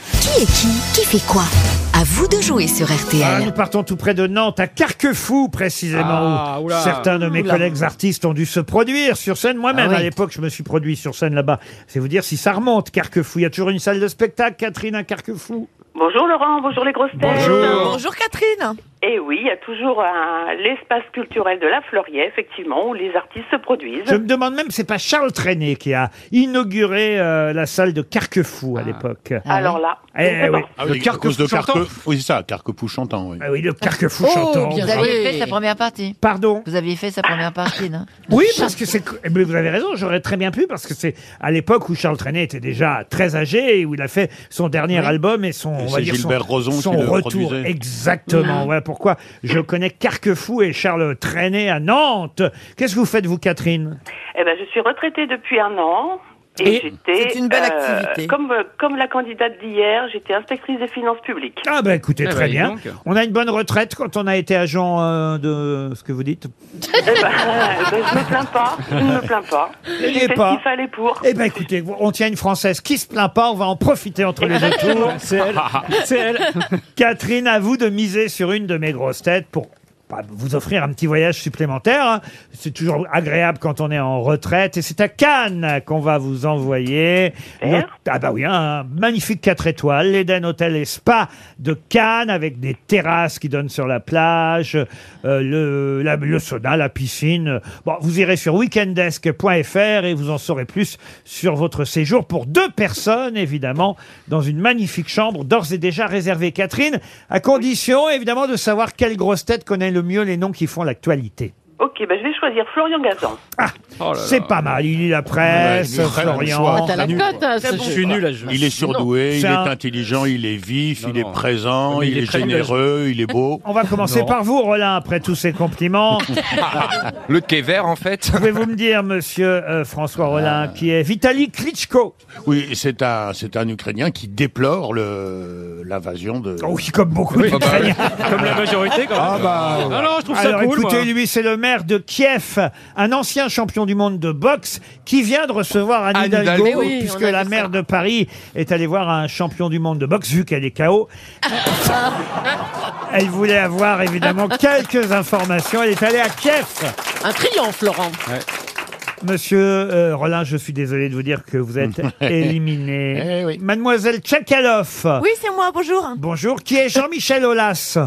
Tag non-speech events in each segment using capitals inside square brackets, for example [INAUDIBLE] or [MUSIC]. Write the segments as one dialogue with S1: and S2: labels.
S1: est qui Qui fait quoi À vous de jouer sur
S2: Ah,
S1: RTL.
S2: nous partons tout près de Nantes, à Carquefou précisément,
S3: Ah,
S2: où
S3: oula.
S2: certains de mes
S3: Oula.
S2: collègues artistes ont dû se produire sur scène. Moi-même,
S3: Ah oui.
S2: à l'époque, je me suis produit sur scène là-bas. C'est vous dire si ça remonte, Carquefou. Il y a toujours une salle de spectacle, Catherine, à Carquefou.
S4: Bonjour Laurent, bonjour les grosses têtes.
S2: Bonjour.
S5: Catherine.
S4: Et oui, il y a toujours un- l'espace culturel de la Fleurier, effectivement, où les artistes se produisent.
S2: Je me demande même, c'est pas Charles Trenet qui a inauguré euh, la salle de Carquefou à l'époque.
S6: Ah
S4: Alors là,
S2: Eh
S4: je ne sais
S2: oui.
S4: pas.
S3: Ah
S7: le
S3: oui, Ah. à cause de
S7: chantant.
S3: Carque- Oui, c'est ça, Carquepou chantant, oui.
S8: Eh,
S2: Ah oui, le Carquefou chantant.
S5: Vous
S6: Ah
S5: aviez
S6: oui.
S5: fait sa première partie.
S2: Pardon.
S5: Vous aviez fait sa première partie, non
S2: Oui, parce que c'est. Eh, Mais vous avez raison, j'aurais très bien pu, parce que c'est à l'époque où Charles Trenet était déjà très âgé et où il a fait son dernier album et son.
S3: Et
S2: on va
S3: c'est
S2: dire son-
S3: Gilbert Rozon qui
S2: son
S3: le
S2: retour.
S3: produisait. Mm.
S2: Exactement. Voilà pourquoi je connais Carquefou et Charles Trenet à Nantes. Qu'est-ce que vous faites, vous, Catherine
S4: Eh ben, je suis retraitée depuis un an. Et,
S2: Et
S4: j'étais. euh,
S6: c'est une belle activité.
S4: Comme, comme la candidate d'hier, j'étais inspectrice des finances publiques.
S2: Ah, ben écoutez,
S3: Eh ben,
S2: très
S3: dis
S2: bien.
S3: donc.
S2: On a une bonne retraite quand on a été agent euh, de ce que vous dites.
S4: Eh ben, [LAUGHS] eh ben, je me plains pas, je ne me plains pas.
S2: N'ayez
S4: J'ai fait
S2: pas.
S4: ce qu'il fallait pour.
S2: Eh ben écoutez, on tient une Française qui se plaint pas, on va en profiter entre les deux tours.
S8: [LAUGHS] C'est elle. C'est elle.
S2: [LAUGHS] Catherine, à vous de miser sur une de mes grosses têtes pour bah, vous offrir un petit voyage supplémentaire. hein. C'est toujours agréable quand on est en retraite. Et c'est à Cannes qu'on va vous envoyer.
S4: Super.
S2: Le- Ah bah oui, un magnifique 4 étoiles, l'Eden Hotel et Spa de Cannes, avec des terrasses qui donnent sur la plage, euh, le, la- le sauna, la piscine. Bon, vous irez sur weekendesk.fr et vous en saurez plus sur votre séjour pour deux personnes, évidemment, dans une magnifique chambre d'ores et déjà réservée. Catherine, à condition, évidemment, de savoir quelle grosse tête connaît le mieux les noms qui font l'actualité.
S4: Ok, ben, je vais choisir Florian Gazan.
S8: Oh là là.
S2: C'est pas mal, il lit la presse,
S3: Ouais, il est très bon choix.
S2: Florian.
S6: T'as la
S3: Nul,
S6: cote, hein, ce
S8: Je
S6: jeu.
S8: suis nul à ce jeu.
S3: Il est surdoué, il
S2: C'est
S3: est
S2: un-
S3: intelligent, il est vif,
S8: Non,
S3: il est
S8: non.
S3: présent,
S8: Mais
S3: il,
S8: il est
S3: est
S8: très
S3: généreux, il est beau.
S2: On va commencer
S8: Non.
S2: par vous, Roland, après tous ces compliments.
S9: Le thé vert, en fait.
S2: Pouvez-vous me dire, monsieur euh, François Rollin, qui est Vitali Klitschko
S3: Oui, c'est un, c'est un Ukrainien qui déplore le, l'invasion de.
S2: Oh Oui, comme beaucoup
S8: Ah Oui.
S2: d'Ukrainiens.
S8: Comme la majorité, quand même. Ah
S9: bah,
S8: non, je trouve ça
S2: Alors
S8: cool,
S2: écoutez,
S8: moi.
S2: lui, c'est le maire de Kiev, un ancien champion du monde de boxe qui vient de recevoir Anne
S9: Anne
S2: Hidalgo,
S9: Hidalgo.
S6: Mais oui,
S2: puisque
S6: on a
S2: la
S6: vu
S2: maire
S6: ça.
S2: de Paris est allée voir un champion du monde de boxe, vu qu'elle est
S6: [LAUGHS]
S2: KO. Elle voulait avoir évidemment quelques informations. Elle est allée à Kiev.
S6: Un triomphe, Laurent.
S2: Monsieur euh, Rollin, je suis désolé de vous dire que vous
S8: [LAUGHS]
S2: êtes éliminé.
S3: Eh oui.
S2: Mademoiselle Tchakaloff.
S5: Oui, c'est moi, bonjour.
S2: Bonjour, qui est Jean-Michel Aulas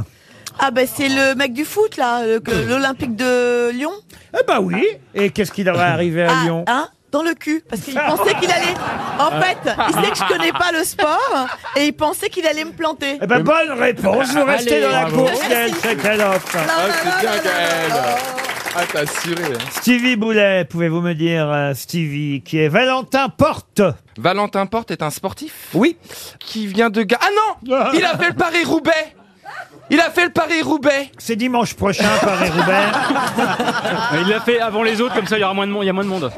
S5: Ah ben c'est le mec du foot, là, le- que- l'Olympique de Lyon.
S2: Eh ben oui. Et qu'est-ce qui devrait arriver à
S5: Ah,
S2: Lyon Ah.
S5: hein, dans le cul, parce qu'il pensait qu'il allait... En fait, il sait que je connais pas le sport, et il pensait qu'il allait me planter.
S2: Eh ben bonne réponse. Vous restez dans la
S8: bravo.
S2: course, Gaël Tchakaloff.
S5: Là, là, là, là, là, là, là.
S9: Ah, t'as assuré.
S2: Stevie Boulet, pouvez-vous me dire euh, Stevie qui est Valentin Porte
S9: Valentin Porte est un sportif Oui. Qui vient de... Ga- Ah non Il a fait le Paris-Roubaix Il a fait le Paris-Roubaix
S2: C'est dimanche prochain Paris-Roubaix.
S8: Ah, Il l'a fait avant les autres, comme ça, il y aura moins de monde. Il y a moins de monde.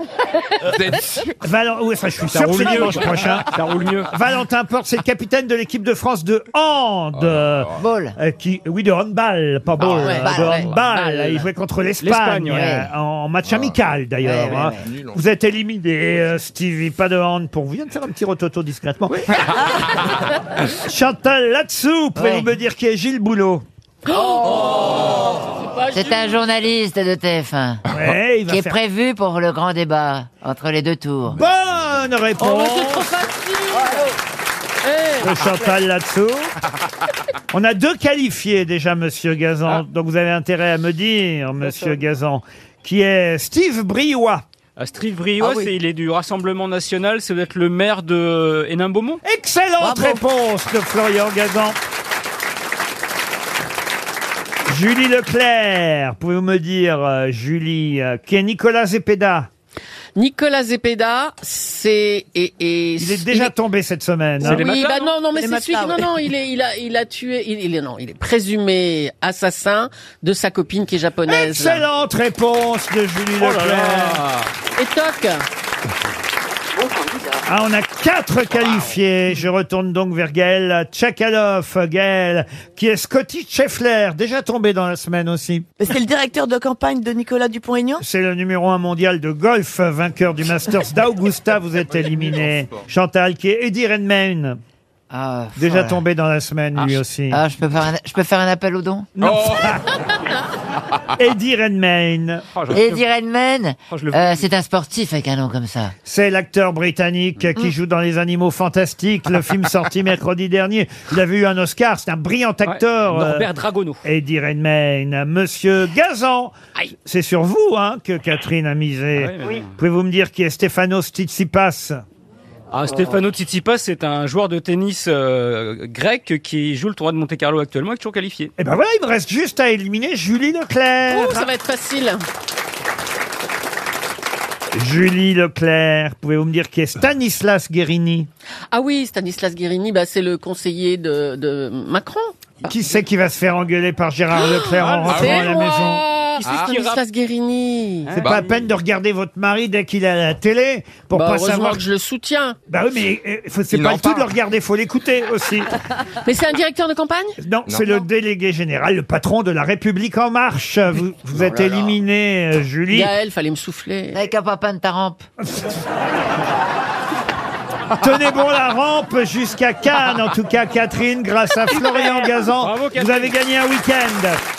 S9: Vous êtes sûr
S2: Valen- Oui, ça je suis
S8: Ça
S2: sûr que
S8: roule
S2: c'est
S8: mieux.
S2: dimanche prochain.
S8: [LAUGHS] Ça roule mieux.
S2: Valentin Porte, c'est le capitaine de l'équipe de France de
S8: Oh
S2: hand. euh,
S5: Ball.
S2: euh, qui, oui, de handball, pas ball,
S6: Ah, ouais,
S2: euh,
S6: balle,
S2: de
S6: ouais.
S2: handball.
S6: Balle.
S2: Il jouait contre l'Espagne
S8: L'Espagne, ouais. Ah.
S2: euh, en match amical d'ailleurs.
S6: Ouais, ouais,
S2: hein.
S6: ouais.
S9: Nul, on-
S2: Vous êtes éliminé, euh, Stevie. Pas de hand pour vous. Viens de faire un petit rototo discrètement. [LAUGHS] Chantal, là-dessous, pouvez-vous
S5: Ouais.
S2: me dire qui est Gilles
S8: [LAUGHS]
S2: Boulot Ah,
S5: C'est un journaliste de TF1
S2: Ouais, il va
S5: qui est
S2: faire-
S5: prévu pour le grand débat entre les deux tours.
S2: Bonne réponse de Chantal là-dessous. On a deux qualifiés déjà, monsieur Gazan. Donc vous avez intérêt à me dire, monsieur Gazan, qui est Steve Briouat.
S8: À
S2: Ah
S8: Strive-Rio, il est du Rassemblement National. C'est peut-être le maire de Hénin-Beaumont.
S2: Excellente
S5: Bravo.
S2: réponse de Florian Gazan. Julie Leclerc, pouvez-vous me dire, euh, Julie, euh, qui est Nicolas Zepeda
S6: Nicolas Zepeda, c'est et, et-
S2: Il est déjà tombé cette semaine. hein.
S8: les
S6: oui,
S8: matelas,
S6: bah non, non, mais
S5: Les
S6: c'est celui.
S5: matelas,
S6: Non,
S5: ouais.
S6: non, il est, il a, il a tué. Il, il est non, il est présumé assassin de sa copine qui est japonaise. là.
S2: Excellente réponse de Julie Leclerc.
S6: Et toc.
S5: Euh,
S4: Bon candidat.
S2: Ah, on a quatre qualifiés. Je retourne donc vers Gaël Tchakaloff. Gaël, qui est Scotty Scheffler, déjà tombé dans la semaine aussi.
S5: C'est le directeur de campagne de Nicolas Dupont-Aignan
S2: C'est le numéro un mondial de golf, vainqueur du Masters d'Augusta. Vous êtes éliminé. Chantal, qui est Eddie Redmayne.
S7: Ah,
S2: Déjà
S7: ouais.
S2: tombé dans la semaine, lui aussi.
S7: Ah, je peux faire un, je peux faire un appel aux dons
S2: Non. Eddie Redmayne.
S7: Eddie Redmayne,
S2: Oh, je le-
S7: euh, c'est un sportif avec un nom comme ça.
S2: C'est l'acteur britannique
S7: Mm.
S2: qui joue dans Les Animaux Fantastiques, le film
S7: [LAUGHS]
S2: sorti mercredi dernier. Il avait eu un Oscar, c'est un brillant acteur.
S8: Norbert
S2: euh,
S8: Dragono.
S2: Eddie Redmayne, Monsieur Gazan. C'est sur vous hein, que Catherine a misé.
S8: Ah oui, mais Oui. bon.
S2: Pouvez-vous me dire qui est Stefano Tsitsipas
S8: Ah, Stefano Tsitsipas, c'est un joueur de tennis euh, grec qui joue le tournoi de Monte Carlo actuellement et qui est toujours qualifié.
S2: Eh ben voilà, il me reste juste à éliminer Julie Leclerc.
S6: Ouh, ça
S5: ah.
S6: va être facile.
S2: Julie Leclerc, pouvez-vous me dire qui est Stanislas Guérini
S6: Ah oui, Stanislas Guérini, bah, c'est le conseiller de, de Macron.
S2: Qui c'est qui va se faire engueuler par Gérard Leclerc en rentrant à la maison
S6: Qui c'est qui Stanislas Guérini
S2: C'est pas à peine de regarder votre mari dès qu'il est à la télé Hein pour
S6: Bah,
S2: pas
S6: heureusement
S2: savoir.
S6: que je le soutiens.
S2: Bah oui, mais euh, faut- c'est
S9: Il
S2: pas
S9: en
S2: le tout de
S9: parle.
S2: le regarder, faut l'écouter aussi. Ah.
S6: Mais c'est un directeur de campagne
S2: Non, c'est le délégué général, le patron de la République en marche. Vous, vous êtes éliminé, euh, Julie.
S8: [LAUGHS]
S6: Gaël, fallait me souffler.
S7: Avec un papa de ta rampe.
S2: Tenez bon la rampe
S8: [LAUGHS]
S2: jusqu'à Cannes, en tout cas, Catherine, grâce à Florian Gazan.
S8: Bravo, Catherine.
S2: vous avez gagné un week-end.